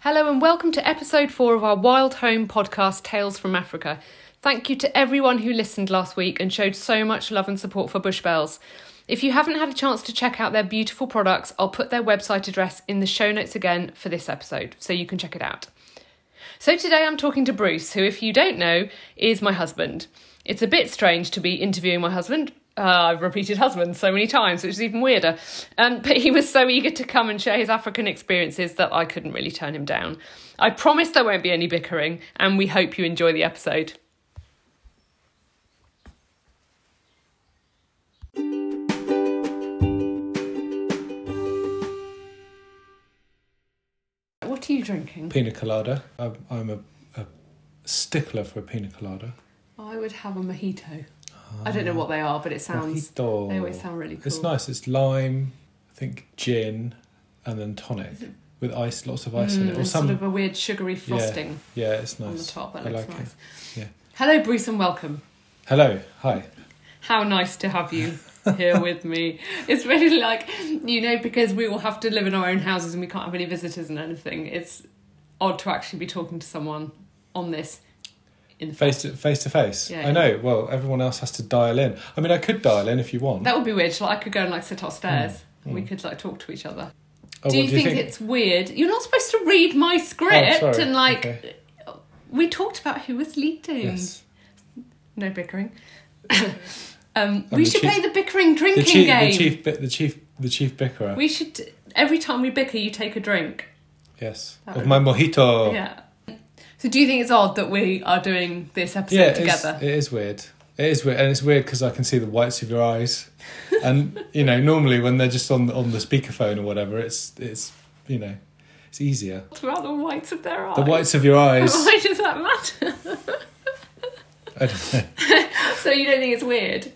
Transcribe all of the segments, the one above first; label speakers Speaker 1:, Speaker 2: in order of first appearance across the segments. Speaker 1: Hello and welcome to episode four of our Wild Home podcast, Tales from Africa. Thank you to everyone who listened last week and showed so much love and support for Bush Bells. If you haven't had a chance to check out their beautiful products, I'll put their website address in the show notes again for this episode so you can check it out. So today I'm talking to Bruce, who, if you don't know, is my husband. It's a bit strange to be interviewing my husband. Uh, I've repeated husband so many times, which is even weirder. Um, but he was so eager to come and share his African experiences that I couldn't really turn him down. I promise there won't be any bickering, and we hope you enjoy the episode. What are you drinking?
Speaker 2: Pina colada. I'm, I'm a, a stickler for a pina colada.
Speaker 1: I would have a mojito. I don't know what they are, but it sounds.
Speaker 2: Mojito.
Speaker 1: They always sound really cool.
Speaker 2: Ah. It's nice. It's lime, I think gin, and then tonic with ice, lots of ice in
Speaker 1: Mm,
Speaker 2: it, or
Speaker 1: there's
Speaker 2: some.
Speaker 1: sort of a weird sugary frosting
Speaker 2: yeah, it's nice.
Speaker 1: on the top. That
Speaker 2: I
Speaker 1: looks
Speaker 2: like
Speaker 1: nice.
Speaker 2: it. Yeah.
Speaker 1: Hello, Bruce, and welcome.
Speaker 2: Hello. Hi.
Speaker 1: How nice to have you here with me. It's really like you know because we all have to live in our own houses and we can't have any visitors and anything. It's odd to actually be talking to someone on this in the
Speaker 2: Face to face to face.
Speaker 1: Yeah.
Speaker 2: I know. Well, everyone else has to dial in. I mean, I could dial in if you want.
Speaker 1: That would be weird. Like I could go and like sit upstairs. and We
Speaker 2: mm.
Speaker 1: could like talk to each other.
Speaker 2: Oh,
Speaker 1: do
Speaker 2: what
Speaker 1: you think, it's weird? You're not supposed to read my script
Speaker 2: Oh, sorry.
Speaker 1: and like
Speaker 2: Okay.
Speaker 1: we talked about who was leading.
Speaker 2: Yes.
Speaker 1: No bickering. um,
Speaker 2: And
Speaker 1: we
Speaker 2: the
Speaker 1: should
Speaker 2: chief-
Speaker 1: play the bickering
Speaker 2: The
Speaker 1: drinking
Speaker 2: chief,
Speaker 1: game.
Speaker 2: the chief, bi- the chief, the chief bickerer.
Speaker 1: We should every time we bicker, you take a drink.
Speaker 2: yes.
Speaker 1: That
Speaker 2: Of
Speaker 1: would-
Speaker 2: my mojito.
Speaker 1: Yeah. So do you think it's odd that we are doing this episode
Speaker 2: yeah, it is-
Speaker 1: together?
Speaker 2: it is weird. It is weird, and it's weird because I can see the whites of your eyes, and you know normally when they're just on on the speakerphone or whatever, it's it's you know it's easier.
Speaker 1: Throughout the whites of their eyes.
Speaker 2: The whites of your eyes.
Speaker 1: Why does that matter?
Speaker 2: I don't know.
Speaker 1: so you don't think it's weird?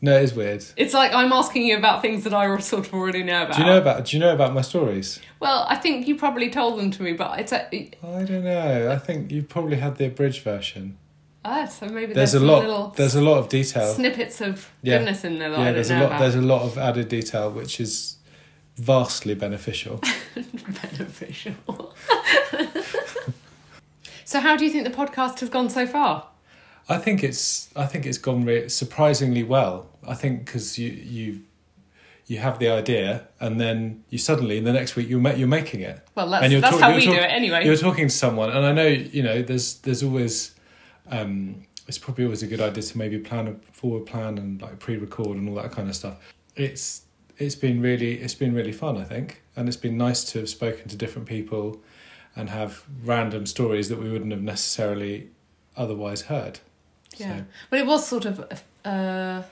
Speaker 2: No, it is weird.
Speaker 1: It's like I'm asking you about things that I sort of already know about.
Speaker 2: Do you know about Do you know about my stories?
Speaker 1: Well, I think you probably told them to me, but it's a,
Speaker 2: I don't know. I think you probably had the abridged version.
Speaker 1: ah, so maybe
Speaker 2: There's,
Speaker 1: there's,
Speaker 2: a
Speaker 1: some
Speaker 2: lot.
Speaker 1: little
Speaker 2: There's a lot of detail.
Speaker 1: snippets of
Speaker 2: Yeah.
Speaker 1: goodness in there that I
Speaker 2: yeah,
Speaker 1: don't
Speaker 2: there's
Speaker 1: know
Speaker 2: a lot.
Speaker 1: about.
Speaker 2: There's a lot of added detail, which is vastly beneficial.
Speaker 1: beneficial. so, how do you think the podcast has gone so far?
Speaker 2: I think it's I think it's gone re- surprisingly well. I think because you you you have the idea and then you suddenly the next week you ma- you're making it.
Speaker 1: Well, that's,
Speaker 2: And you're
Speaker 1: that's
Speaker 2: talk-
Speaker 1: how
Speaker 2: you're
Speaker 1: we
Speaker 2: talk-
Speaker 1: do it anyway.
Speaker 2: You're talking to someone, and I know you know there's there's always um, it's probably always a good idea to maybe plan a forward plan and like pre-record and all that kind of stuff. It's it's been really it's been really fun, I think, and it's been nice to have spoken to different people and have random stories that we wouldn't have necessarily otherwise heard.
Speaker 1: yeah.
Speaker 2: So-
Speaker 1: But it was sort of uh,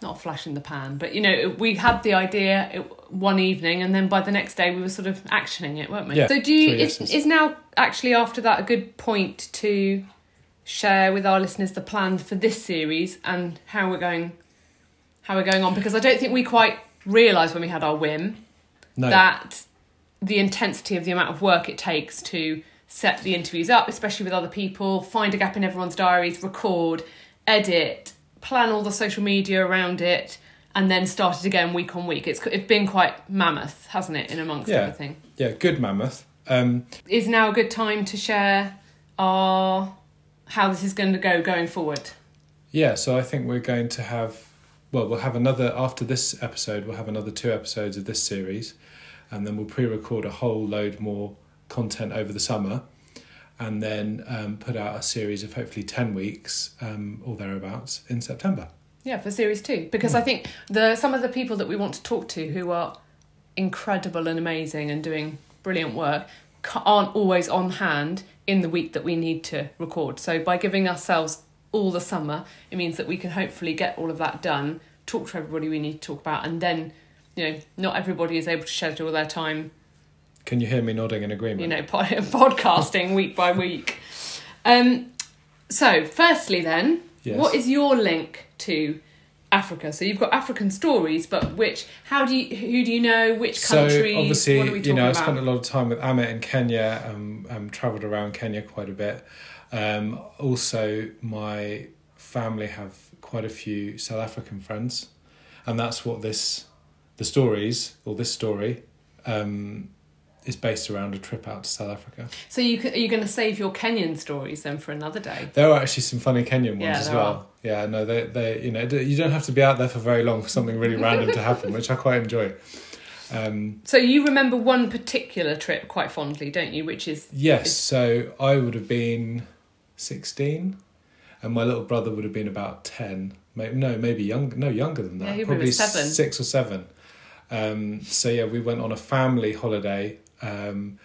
Speaker 1: not a flash in the pan, but you know, we had the idea it- one evening, and then by the next day, we were sort of actioning it, weren't we?
Speaker 2: Yeah,
Speaker 1: so, do you,
Speaker 2: three
Speaker 1: is,
Speaker 2: lessons.
Speaker 1: is now actually after that a good point to share with our listeners the plan for this series and how we're going, how we're going on? Because I don't think we quite realised when we had our whim
Speaker 2: No,
Speaker 1: that the intensity of the amount of work it takes to set the interviews up, especially with other people, find a gap in everyone's diaries, record, edit, plan all the social media around it, and then start it again week on week. It's, it's been quite mammoth, hasn't it, in amongst
Speaker 2: Yeah.
Speaker 1: everything?
Speaker 2: yeah, good mammoth. Um,
Speaker 1: Is now a good time to share our how this is going to go going forward?
Speaker 2: yeah, so I think we're going to have, well, we'll have another after this episode. We'll have another two episodes of this series, and then we'll pre-record a whole load more content over the summer, and then um, put out a series of hopefully ten weeks um, or thereabouts in September.
Speaker 1: Yeah, for series two, because I think the some of the people that we want to talk to who are incredible and amazing and doing brilliant work ca- aren't always on hand in the week that we need to record. So by giving ourselves all the summer, it means that we can hopefully get all of that done, talk to everybody we need to talk about, and then you know not everybody is able to schedule their time.
Speaker 2: Can you hear me nodding in agreement?
Speaker 1: You know, pod- podcasting week by week. Um, so firstly, then.
Speaker 2: yes.
Speaker 1: What is your link to Africa? So you've got African stories, but which? How do you? Who do you know? Which countries?
Speaker 2: So obviously,
Speaker 1: what are we talking
Speaker 2: you know, I
Speaker 1: about?
Speaker 2: spent a lot of time with Amit in Kenya. Um, um travelled around Kenya quite a bit. Um, also, my family have quite a few South African friends, and that's what this, the stories or this story, um, is based around a trip out to South Africa.
Speaker 1: So you c- are you going to save your Kenyan stories then for another day?
Speaker 2: There are actually some funny Kenyan ones
Speaker 1: Yeah,
Speaker 2: as
Speaker 1: there
Speaker 2: well.
Speaker 1: are.
Speaker 2: Yeah, no, they they you know d- you don't have to be out there for very long for something really random to happen, which I quite enjoy. Um,
Speaker 1: So you remember one particular trip quite fondly, don't you? Which is
Speaker 2: yes, so I would have been sixteen, and my little brother would have been about ten. Maybe, no, maybe younger. No, younger than
Speaker 1: Yeah,
Speaker 2: that.
Speaker 1: he would have been
Speaker 2: probably
Speaker 1: seven.
Speaker 2: six or seven. Um, so yeah, we went on a family holiday, um,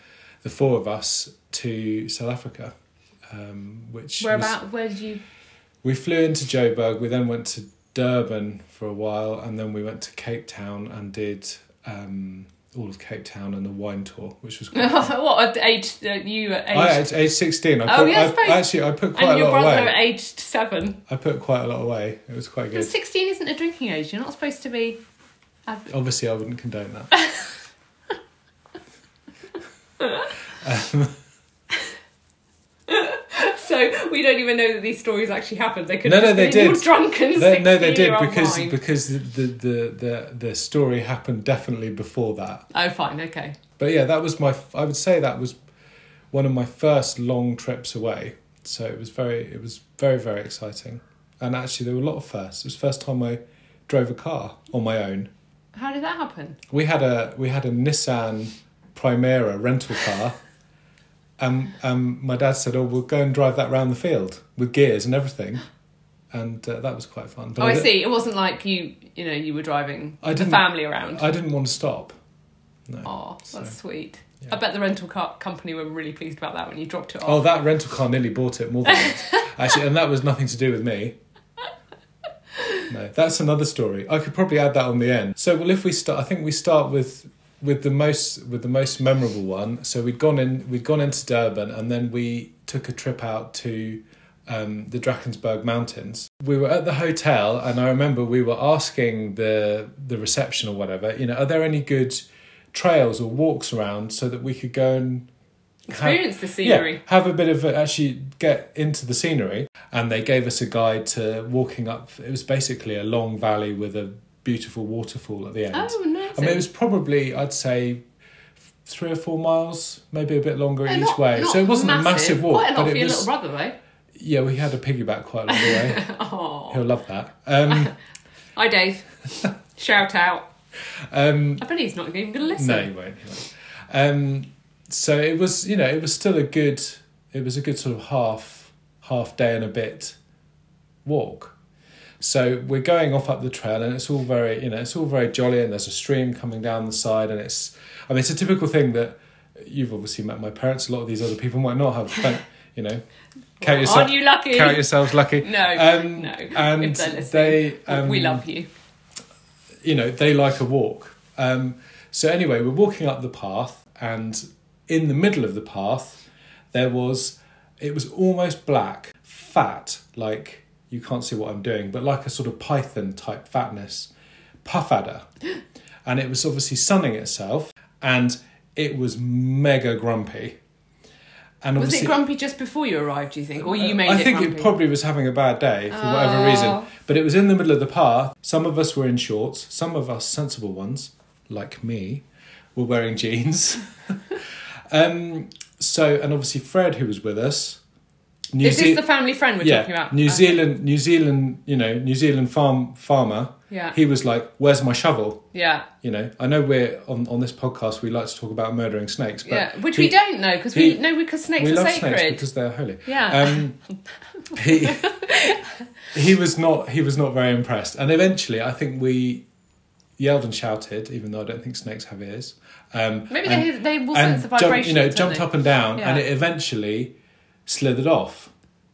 Speaker 2: the four of us to South Africa, um, which
Speaker 1: where
Speaker 2: was-
Speaker 1: about? Where did you?
Speaker 2: We flew into Joburg. We then went to Durban for a while, and then we went to Cape Town and did um, all of Cape Town and the wine tour, which was. Quite fun.
Speaker 1: what at age uh, you at age
Speaker 2: I at age sixteen. I,
Speaker 1: Oh,
Speaker 2: put,
Speaker 1: yeah, I suppose.
Speaker 2: I actually I put quite
Speaker 1: and
Speaker 2: a
Speaker 1: your
Speaker 2: lot
Speaker 1: brother
Speaker 2: away.
Speaker 1: at age seven.
Speaker 2: I put quite a lot away. It was quite
Speaker 1: But
Speaker 2: good.
Speaker 1: sixteen isn't a drinking age. You're not supposed to be. uh, I've-
Speaker 2: Obviously, I wouldn't condone that.
Speaker 1: So we don't even know that these stories actually happened. They could
Speaker 2: No,
Speaker 1: have
Speaker 2: no,
Speaker 1: just
Speaker 2: they
Speaker 1: been all
Speaker 2: did.
Speaker 1: drunk and
Speaker 2: They- no, they did
Speaker 1: 16-year-old
Speaker 2: because
Speaker 1: wine.
Speaker 2: because the, the the the story happened definitely before that.
Speaker 1: Oh, fine, okay.
Speaker 2: But yeah, that was my. I would say that was one of my first long trips away. So it was very, it was very, very exciting. And actually, there were a lot of firsts. It was the first time I drove a car on my own.
Speaker 1: How did that happen?
Speaker 2: We had a we had a Nissan Primera rental car, and um, my dad said, "Oh, we'll go and drive that round the field with gears and everything," and uh, that was quite fun. But
Speaker 1: oh, I
Speaker 2: di-
Speaker 1: see. It wasn't like you, you know, you were driving
Speaker 2: I
Speaker 1: the
Speaker 2: didn't-
Speaker 1: family around.
Speaker 2: I didn't want to stop.
Speaker 1: Oh, that's
Speaker 2: So,
Speaker 1: sweet.
Speaker 2: yeah.
Speaker 1: I bet the rental car company were really pleased about that when you dropped it
Speaker 2: Oh,
Speaker 1: off.
Speaker 2: that rental car nearly bought it more than once. Actually, and that was nothing to do with me. No, that's another story. I could probably add that on the end. So, well, if we start, I think we start with with the most with the most memorable one. So we'd gone in, we'd gone into Durban, and then we took a trip out to um, the Drakensberg Mountains. We were at the hotel, and I remember we were asking the the reception or whatever, you know, are there any good trails or walks around so that we could go and have-
Speaker 1: Experience the scenery.
Speaker 2: yeah, have a bit of a, actually get into the scenery. And they gave us a guide to walking up. It was basically a long valley with a beautiful waterfall at the end.
Speaker 1: Oh, nice.
Speaker 2: I mean, it was probably I'd say f- three or four miles, maybe a bit longer
Speaker 1: No,
Speaker 2: each
Speaker 1: not-
Speaker 2: way.
Speaker 1: not
Speaker 2: so it wasn't a massive walk,
Speaker 1: Quite a lot
Speaker 2: but
Speaker 1: for
Speaker 2: it
Speaker 1: your little
Speaker 2: was.
Speaker 1: brother, though.
Speaker 2: Yeah, we had a piggyback quite a long way.
Speaker 1: Oh,
Speaker 2: He'll love that. Um,
Speaker 1: hi, Dave. Shout out.
Speaker 2: um,
Speaker 1: I bet he's not even going to listen.
Speaker 2: No, you won't. you won't. Um, so it was, you know, it was still a good, it was a good sort of half, half day and a bit walk. So we're going off up the trail, and it's all very, you know, it's all very jolly, and there's a stream coming down the side, and it's, I mean, it's a typical thing that you've obviously met my parents. A lot of these other people might not have, but, you know, count
Speaker 1: Aren't
Speaker 2: yourself,
Speaker 1: you lucky?
Speaker 2: count yourselves lucky.
Speaker 1: No,
Speaker 2: Um,
Speaker 1: no.
Speaker 2: and
Speaker 1: if they're listening,
Speaker 2: they, um,
Speaker 1: we love you.
Speaker 2: you know they like a walk um, so anyway we're walking up the path and in the middle of the path there was it was almost black fat like you can't see what i'm doing but like a sort of python type fatness puff adder and it was obviously sunning itself and it was mega grumpy and
Speaker 1: Was it
Speaker 2: obviously- Uh,
Speaker 1: grumpy just before you arrived? Do you think, or you made
Speaker 2: I
Speaker 1: it
Speaker 2: think
Speaker 1: grumpy?
Speaker 2: it probably was having a bad day for whatever reason.
Speaker 1: Oh.
Speaker 2: But it was in the middle of the path. Some of us were in shorts. Some of us sensible ones, like me, were wearing jeans. um, so, and obviously Fred, who was with us, New
Speaker 1: Is
Speaker 2: Zea-
Speaker 1: this the family friend we're
Speaker 2: yeah,
Speaker 1: talking about? Uh,
Speaker 2: New
Speaker 1: Okay.
Speaker 2: Zealand, New Zealand, you know, New Zealand farm farmer.
Speaker 1: Yeah.
Speaker 2: He was like, "Where's my shovel?"
Speaker 1: Yeah,
Speaker 2: You know, I know we're on on this podcast. We like to talk about murdering snakes, but
Speaker 1: yeah. Which
Speaker 2: he-
Speaker 1: we don't know because
Speaker 2: he-
Speaker 1: we know because snakes
Speaker 2: we
Speaker 1: are
Speaker 2: love
Speaker 1: sacred.
Speaker 2: snakes because they're holy.
Speaker 1: yeah.
Speaker 2: Um, he he was not he was not very impressed, and eventually I think we yelled and shouted, even though I don't think snakes have ears. Um,
Speaker 1: Maybe
Speaker 2: and-
Speaker 1: they they will
Speaker 2: and
Speaker 1: sense the vibration.
Speaker 2: Jump, you know, jumped up and down, and
Speaker 1: Yeah.
Speaker 2: it eventually slithered off.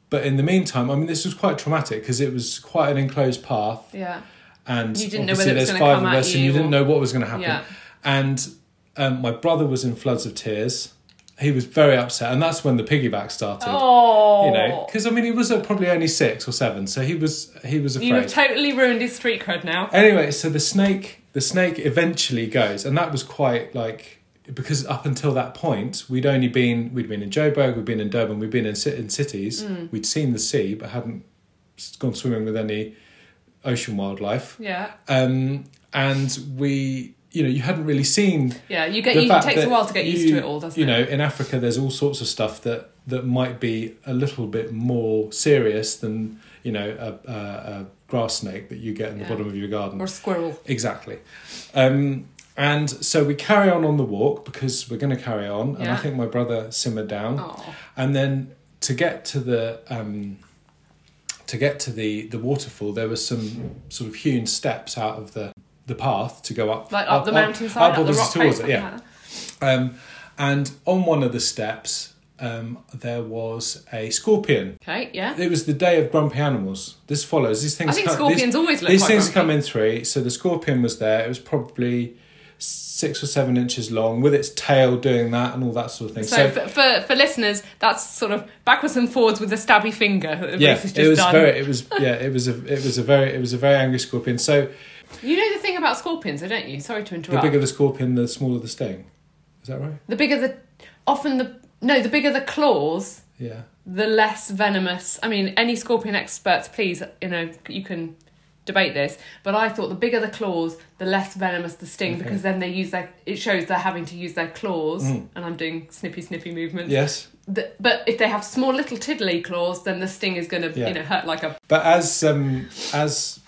Speaker 2: But in the meantime, I mean, this was quite traumatic because it was quite an enclosed path,
Speaker 1: Yeah.
Speaker 2: and
Speaker 1: You didn't know whether
Speaker 2: obviously
Speaker 1: it was gonna
Speaker 2: there's five
Speaker 1: come
Speaker 2: of
Speaker 1: at
Speaker 2: us, and
Speaker 1: you
Speaker 2: you
Speaker 1: or-
Speaker 2: didn't know what was going to happen.
Speaker 1: Yeah.
Speaker 2: And um, my brother was in floods of tears. He was very upset, and that's when the piggyback started
Speaker 1: Oh.
Speaker 2: you know because i mean he was uh, probably only six or seven so he was he was
Speaker 1: You
Speaker 2: afraid
Speaker 1: have totally ruined his street cred now.
Speaker 2: anyway so the snake the snake eventually goes and that was quite like because up until that point we'd only been we'd been in joburg we'd been in durban we'd been in, ci- in cities
Speaker 1: Mm.
Speaker 2: we'd seen the sea but hadn't s- gone swimming with any ocean wildlife
Speaker 1: Yeah.
Speaker 2: um, and we you know you hadn't really seen
Speaker 1: Yeah, you get.
Speaker 2: the
Speaker 1: You, it
Speaker 2: fact
Speaker 1: takes a
Speaker 2: that
Speaker 1: while to get used to it all, doesn't
Speaker 2: you know
Speaker 1: it?
Speaker 2: in Africa there's all sorts of stuff that that might be a little bit more serious than you know a, a, a grass snake that you get in
Speaker 1: Yeah.
Speaker 2: the bottom of your garden
Speaker 1: Or squirrel.
Speaker 2: Exactly. Um, and so we carry on on the walk because we're going to carry on. And I
Speaker 1: Yeah.
Speaker 2: think my brother simmered down.
Speaker 1: Oh,
Speaker 2: And then to get to the um, to get to the the waterfall, there were some sort of hewn steps out of the the path to go up
Speaker 1: like up, the mountainside, up, the
Speaker 2: obviously
Speaker 1: rock
Speaker 2: towards
Speaker 1: face.
Speaker 2: it, yeah. Um, and on one of the steps, um, there was a scorpion.
Speaker 1: Okay. Yeah.
Speaker 2: It was the day of grumpy animals. This follows. These things.
Speaker 1: I think
Speaker 2: come- these-
Speaker 1: scorpions always look.
Speaker 2: these
Speaker 1: quite
Speaker 2: things
Speaker 1: grumpy.
Speaker 2: come in three. So the scorpion was there. It was probably six or seven inches long, with its tail doing that and all that sort of thing.
Speaker 1: So,
Speaker 2: So,
Speaker 1: for, for for listeners, that's sort of backwards and forwards with a stabby finger. That
Speaker 2: yeah,
Speaker 1: Reece has
Speaker 2: it
Speaker 1: just
Speaker 2: was
Speaker 1: done.
Speaker 2: very. It was yeah. It was a. It was a very. It was a very angry scorpion. So
Speaker 1: You know the thing about scorpions, though, don't you? Sorry to
Speaker 2: the
Speaker 1: interrupt.
Speaker 2: bigger the scorpion, the smaller the sting. Is that right?
Speaker 1: the bigger the often the no, the bigger the claws,
Speaker 2: Yeah.
Speaker 1: the less venomous. I mean, any scorpion experts, please, you know, you can debate this, but I thought the bigger the claws, the less venomous the sting
Speaker 2: Okay.
Speaker 1: because then they use their it shows they're having to use their claws,
Speaker 2: Mm.
Speaker 1: and I'm doing snippy snippy movements.
Speaker 2: Yes.
Speaker 1: The- but if they have small little tiddly claws, then the sting is going to
Speaker 2: Yeah.
Speaker 1: you know hurt like a
Speaker 2: But as um, as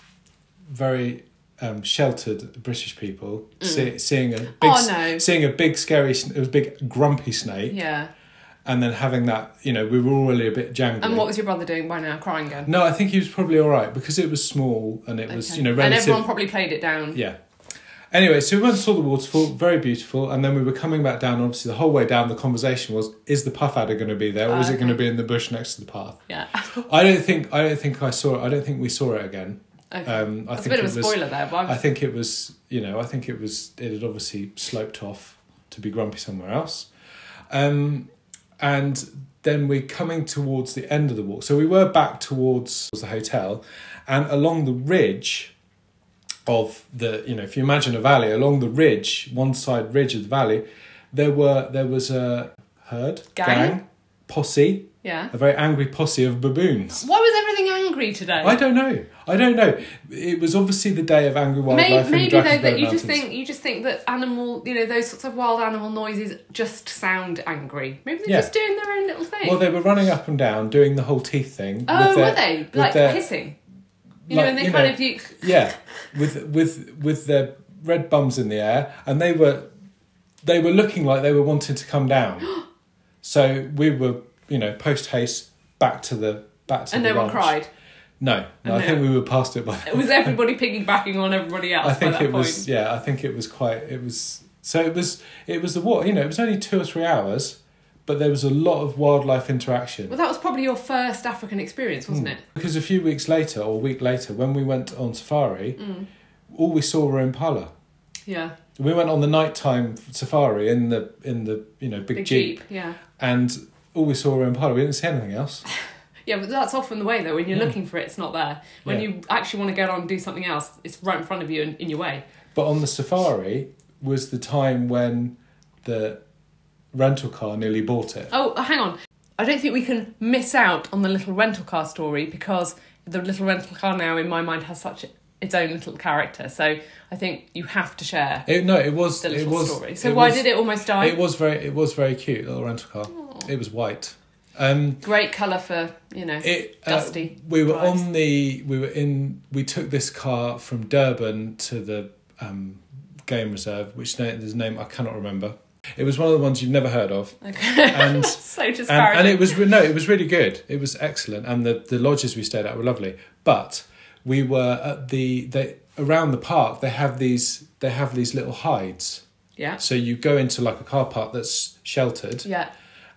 Speaker 2: very um, sheltered British people, see, seeing a big
Speaker 1: Mm. Oh,
Speaker 2: s-
Speaker 1: no.
Speaker 2: seeing a big scary, sn- a big grumpy snake,
Speaker 1: yeah.
Speaker 2: and then having that, you know, we were all really a bit jangled.
Speaker 1: And what was your brother doing by now? Crying again.
Speaker 2: No, I think he was probably all right because it was small and it was
Speaker 1: Okay.
Speaker 2: you know
Speaker 1: and
Speaker 2: relative.
Speaker 1: everyone probably played it down.
Speaker 2: yeah. Anyway, so we went and saw the waterfall, very beautiful, and then we were coming back down. Obviously, the whole way down, the conversation was: Is the puff adder going to be there, or is it
Speaker 1: Okay.
Speaker 2: going to be in the bush next to the path?
Speaker 1: Yeah.
Speaker 2: I don't think I don't think I saw it. I don't think we saw it again.
Speaker 1: Okay.
Speaker 2: Um, I
Speaker 1: That's a
Speaker 2: think
Speaker 1: bit of a
Speaker 2: it was.
Speaker 1: spoiler there, but I'm-
Speaker 2: I think it was. You know, I think it was. It had obviously sloped off to be grumpy somewhere else, um, and then we're coming towards the end of the walk. So we were back towards the hotel, and along the ridge of the. You know, if you imagine a valley, along the ridge, one side ridge of the valley, there were there was a herd
Speaker 1: Gang?
Speaker 2: posse,
Speaker 1: yeah.
Speaker 2: a very angry posse of baboons.
Speaker 1: Why was everything angry today?
Speaker 2: I don't know. I don't know. It was obviously the day of angry wildlife
Speaker 1: Maybe,
Speaker 2: in the
Speaker 1: maybe though
Speaker 2: Drakensberg
Speaker 1: that you
Speaker 2: Mountains.
Speaker 1: just think you just think that animal, you know, those sorts of wild animal noises just sound angry. Maybe they're
Speaker 2: Yeah.
Speaker 1: just doing their own little thing.
Speaker 2: Well, they were running up and down, doing the whole teeth thing.
Speaker 1: oh,
Speaker 2: with their,
Speaker 1: were they
Speaker 2: with
Speaker 1: like
Speaker 2: their-
Speaker 1: hissing? You
Speaker 2: like,
Speaker 1: know, and they
Speaker 2: you
Speaker 1: kind
Speaker 2: know,
Speaker 1: of you.
Speaker 2: Yeah, with with with their red bums in the air, and they were they were looking like they were wanting to come down. so we were, you know, post haste back to the back to
Speaker 1: And
Speaker 2: the
Speaker 1: no one
Speaker 2: ranch.
Speaker 1: cried.
Speaker 2: No, no, I
Speaker 1: No.
Speaker 2: think we were past it by. then.
Speaker 1: It was everybody piggybacking on everybody else
Speaker 2: I
Speaker 1: by
Speaker 2: think
Speaker 1: that
Speaker 2: it
Speaker 1: point.
Speaker 2: was yeah. I think it was quite. It was so it was it was the what you know it was only two or three hours, but there was a lot of wildlife interaction.
Speaker 1: Well, that was probably your first African experience, wasn't it?
Speaker 2: Because a few weeks later or a week later, when we went on safari,
Speaker 1: Mm.
Speaker 2: all we saw were impala.
Speaker 1: Yeah.
Speaker 2: We went on the nighttime safari in the in the you know big,
Speaker 1: Big
Speaker 2: jeep,
Speaker 1: jeep. Yeah.
Speaker 2: and all we saw were impala. We didn't see anything else.
Speaker 1: Yeah, but that's often the way though. When you're looking for it, it's not there. When
Speaker 2: Hmm. Yeah.
Speaker 1: you actually want to get on and do something else, it's right in front of you and in your way.
Speaker 2: But on the safari was the time when the rental car nearly bought it.
Speaker 1: Oh, hang on. I don't think we can miss out on the little rental car story because the little rental car now, in my mind, has such its own little character. So I think you have to share
Speaker 2: It, no, it was
Speaker 1: the
Speaker 2: it
Speaker 1: little
Speaker 2: was.
Speaker 1: story. So
Speaker 2: it
Speaker 1: why
Speaker 2: was-
Speaker 1: did it almost die?
Speaker 2: It was very, it was very cute little rental car. It was white. Um,
Speaker 1: Great colour for you know.
Speaker 2: it uh,
Speaker 1: Dusty
Speaker 2: we were
Speaker 1: drives.
Speaker 2: on the, we were in, we took this car from Durban to the um, game reserve, which na- there's a name I cannot remember. It was one of the ones you've never heard of,
Speaker 1: okay.
Speaker 2: and
Speaker 1: so
Speaker 2: and,
Speaker 1: disparaging.
Speaker 2: and it was re- no, it was really good. It was excellent, and the the lodges we stayed at were lovely. But we were at the they around the park. They have these they have these little hides.
Speaker 1: yeah.
Speaker 2: So you go into like a car park that's sheltered,
Speaker 1: Yeah.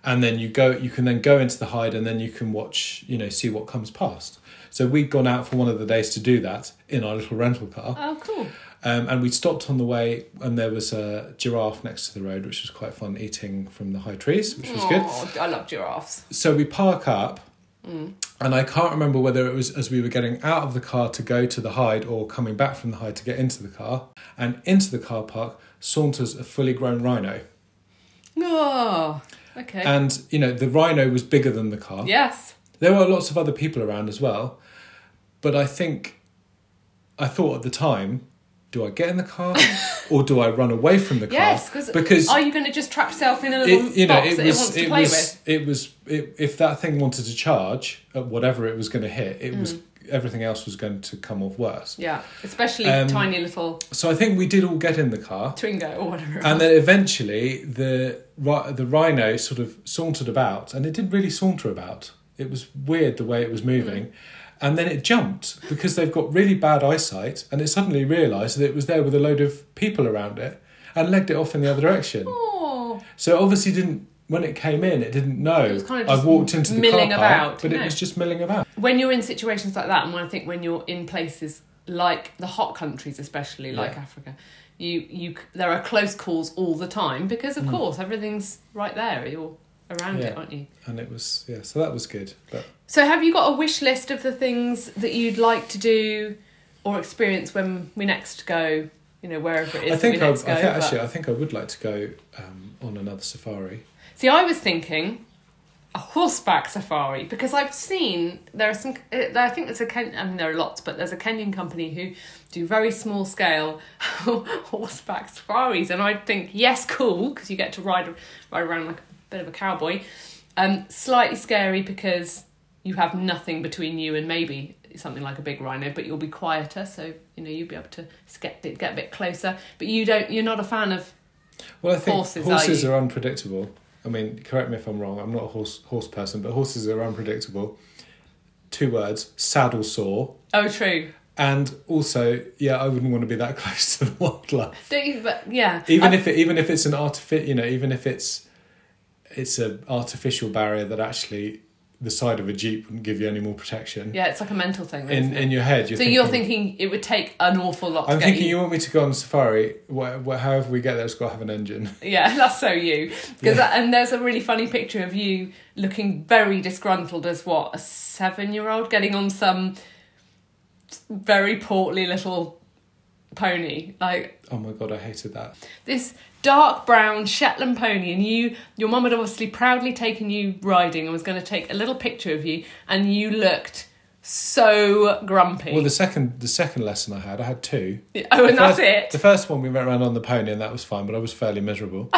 Speaker 2: and then you go you can then go into the hide and then you can watch you know see what comes past so we'd gone out for one of the days to do that in our little rental car
Speaker 1: Oh, cool.
Speaker 2: um, and we stopped on the way and there was a giraffe next to the road which was quite fun eating from the high trees which was good
Speaker 1: Oh, I love giraffes.
Speaker 2: so we park up and i can't remember whether it was as we were getting out of the car to go to the hide or coming back from the hide to get into the car and into the car park saunters a fully grown rhino
Speaker 1: Oh, okay.
Speaker 2: and you know the rhino was bigger than the car
Speaker 1: yes.
Speaker 2: There were lots of other people around as well, but I think I thought at the time do I get in the car or do I run away from the car?
Speaker 1: Yes, because
Speaker 2: because
Speaker 1: are you going to just trap yourself in a little
Speaker 2: it, you know,
Speaker 1: box
Speaker 2: it
Speaker 1: that it wants
Speaker 2: was,
Speaker 1: to
Speaker 2: it
Speaker 1: play
Speaker 2: was,
Speaker 1: with?
Speaker 2: it was, it, if that thing wanted to charge at whatever it was going to hit, it was
Speaker 1: Mm.
Speaker 2: everything else was going to come off worse.
Speaker 1: Yeah, especially
Speaker 2: Um,
Speaker 1: tiny little
Speaker 2: So I think we did all get in the car,
Speaker 1: Twingo or whatever. it
Speaker 2: and
Speaker 1: was.
Speaker 2: then eventually the ri- the rhino sort of sauntered about, and it didn't really saunter about. It was weird the way it was moving.
Speaker 1: Hmm.
Speaker 2: And then it jumped because they've got really bad eyesight, and it suddenly realised that it was there with a load of people around it, and legged it off in the other direction.
Speaker 1: oh,
Speaker 2: So it obviously didn't when it came in, it didn't know.
Speaker 1: was kind of
Speaker 2: I
Speaker 1: just
Speaker 2: walked into the
Speaker 1: milling
Speaker 2: car park,
Speaker 1: about,
Speaker 2: but
Speaker 1: no.
Speaker 2: it was just milling about.
Speaker 1: when you're in situations like that, and when I think when you're in places like the hot countries, especially like
Speaker 2: Yeah.
Speaker 1: Africa, you you c- there are close calls all the time because of course everything's right there. You're around it,
Speaker 2: Hmm. Yeah.
Speaker 1: aren't you?
Speaker 2: And it was yeah, so that was good. But
Speaker 1: So have you got a wish list of the things that you'd like to do or experience when we next go? You know, wherever it is
Speaker 2: I think
Speaker 1: that we
Speaker 2: I, I
Speaker 1: next
Speaker 2: think
Speaker 1: go. but-
Speaker 2: actually I think I would like to go um, on another safari.
Speaker 1: See, I was thinking a horseback safari because I've seen there are some. uh, I think there's a Ken. I mean, there are lots, but there's a Kenyan company who do very small scale horseback safaris, and I think yes, cool because you get to ride ride around like a bit of a cowboy. Um, slightly scary because you have nothing between you and maybe something like a big rhino, but you'll be quieter, so you know you'll be able to get get a bit closer. But you don't. You're not a fan of
Speaker 2: Well, I think
Speaker 1: Horses,
Speaker 2: horses,
Speaker 1: are you?
Speaker 2: are, unpredictable. I mean, correct me if I'm wrong. I'm not a horse horse person, but horses are unpredictable. Two words: saddle sore.
Speaker 1: oh, true.
Speaker 2: And also, yeah, I wouldn't want to be that close to the wildlife.
Speaker 1: Don't you? But yeah,
Speaker 2: even
Speaker 1: I-
Speaker 2: if it, even if it's an artific you know even if it's it's an artificial barrier that actually the side of a jeep wouldn't give you any more protection
Speaker 1: Yeah, it's like a mental thing. though,
Speaker 2: in
Speaker 1: isn't it?
Speaker 2: in your head you're
Speaker 1: so you're thinking it would take an awful lot.
Speaker 2: I'm
Speaker 1: to
Speaker 2: thinking
Speaker 1: get
Speaker 2: you want me to go on safari. Wha wha however we get there, it's got to have an engine.
Speaker 1: Yeah, that's so you. Because and there's a really funny picture of you looking very disgruntled as what a seven-year-old getting on some very portly little pony, like
Speaker 2: Oh my god, I hated that.
Speaker 1: this dark brown Shetland pony, and you, your mum had obviously proudly taken you riding and was going to take a little picture of you, and you looked so grumpy.
Speaker 2: Well, the second the second lesson I had, I had two.
Speaker 1: oh, and
Speaker 2: The
Speaker 1: that's
Speaker 2: first-
Speaker 1: it.
Speaker 2: The first one we went around on the pony, and that was fine, but I was fairly miserable.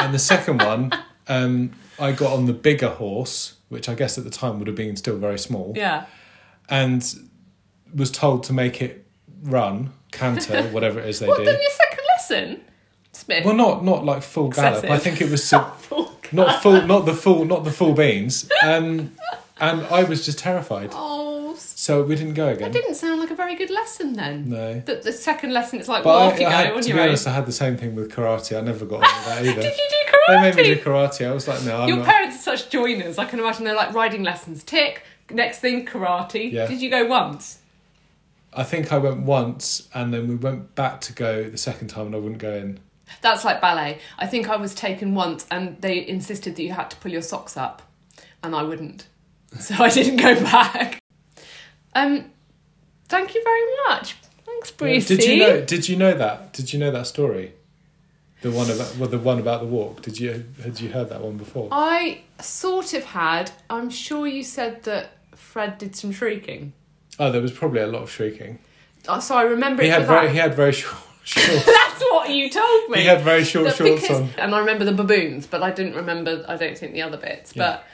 Speaker 2: and the second one, um, I got on the bigger horse, which I guess at the time would have been still very small.
Speaker 1: Yeah.
Speaker 2: and was told to make it run, canter, whatever it is they
Speaker 1: What
Speaker 2: do.
Speaker 1: then your second lesson, Smith?
Speaker 2: Well, not not like full gallop.
Speaker 1: Excessive.
Speaker 2: I think it was to,
Speaker 1: Full
Speaker 2: not full, not the full, not the full beans. Um, and I was just terrified,
Speaker 1: Oh, s-
Speaker 2: so we didn't go
Speaker 1: that
Speaker 2: again.
Speaker 1: didn't sound like a very good lesson then.
Speaker 2: No,
Speaker 1: The, the second lesson, it's like,
Speaker 2: but
Speaker 1: well,
Speaker 2: I,
Speaker 1: off you
Speaker 2: I
Speaker 1: go
Speaker 2: had-
Speaker 1: on
Speaker 2: to
Speaker 1: your
Speaker 2: be
Speaker 1: own.
Speaker 2: honest, I had the same thing with karate. I never got on with that either.
Speaker 1: Did you do
Speaker 2: they
Speaker 1: karate?
Speaker 2: made me do karate. I was like, no, I'm
Speaker 1: your
Speaker 2: not.
Speaker 1: parents are such joiners. I can imagine they're like riding lessons. Tick. Next thing, karate.
Speaker 2: Yeah.
Speaker 1: Did you go once?
Speaker 2: I think I went once, and then we went back to go the second time, and I wouldn't go in.
Speaker 1: That's like ballet. I think I was taken once, and they insisted that you had to pull your socks up, and I wouldn't, so I didn't go back. Um, thank you very much. Thanks,
Speaker 2: Yeah,
Speaker 1: Brucey.
Speaker 2: Did you know? Did you know that? Did you know that story? The one about well, the one about the walk. Did you had you heard that one before?
Speaker 1: I sort of had. I'm sure you said that Fred did some shrieking.
Speaker 2: Oh, there was probably a lot of shrieking.
Speaker 1: Oh, so I remember
Speaker 2: He
Speaker 1: it
Speaker 2: had
Speaker 1: for
Speaker 2: very
Speaker 1: that.
Speaker 2: he had very short short.
Speaker 1: That's what you told me.
Speaker 2: he had very short
Speaker 1: That
Speaker 2: shorts
Speaker 1: because-
Speaker 2: on.
Speaker 1: And I remember the baboons, but I didn't remember. I don't think the other bits,
Speaker 2: Yeah.
Speaker 1: but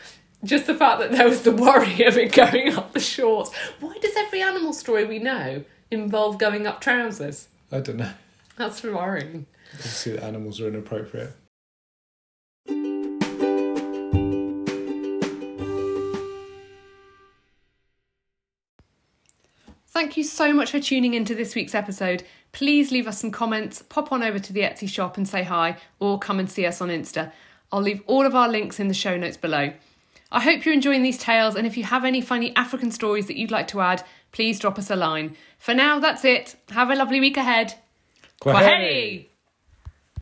Speaker 1: just the fact that there was the worry of it going up the shorts. Why does every animal story we know involve going up trousers?
Speaker 2: I don't know.
Speaker 1: That's worrying.
Speaker 2: Obviously, the animals are inappropriate.
Speaker 1: Thank you so much for tuning into this week's episode. Please leave us some comments, pop on over to the Etsy shop and say hi, or come and see us on Insta. I'll leave all of our links in the show notes below. I hope you're enjoying these tales, and if you have any funny African stories that you'd like to add, please drop us a line. For now, that's it. Have a lovely week ahead. Kwaheri!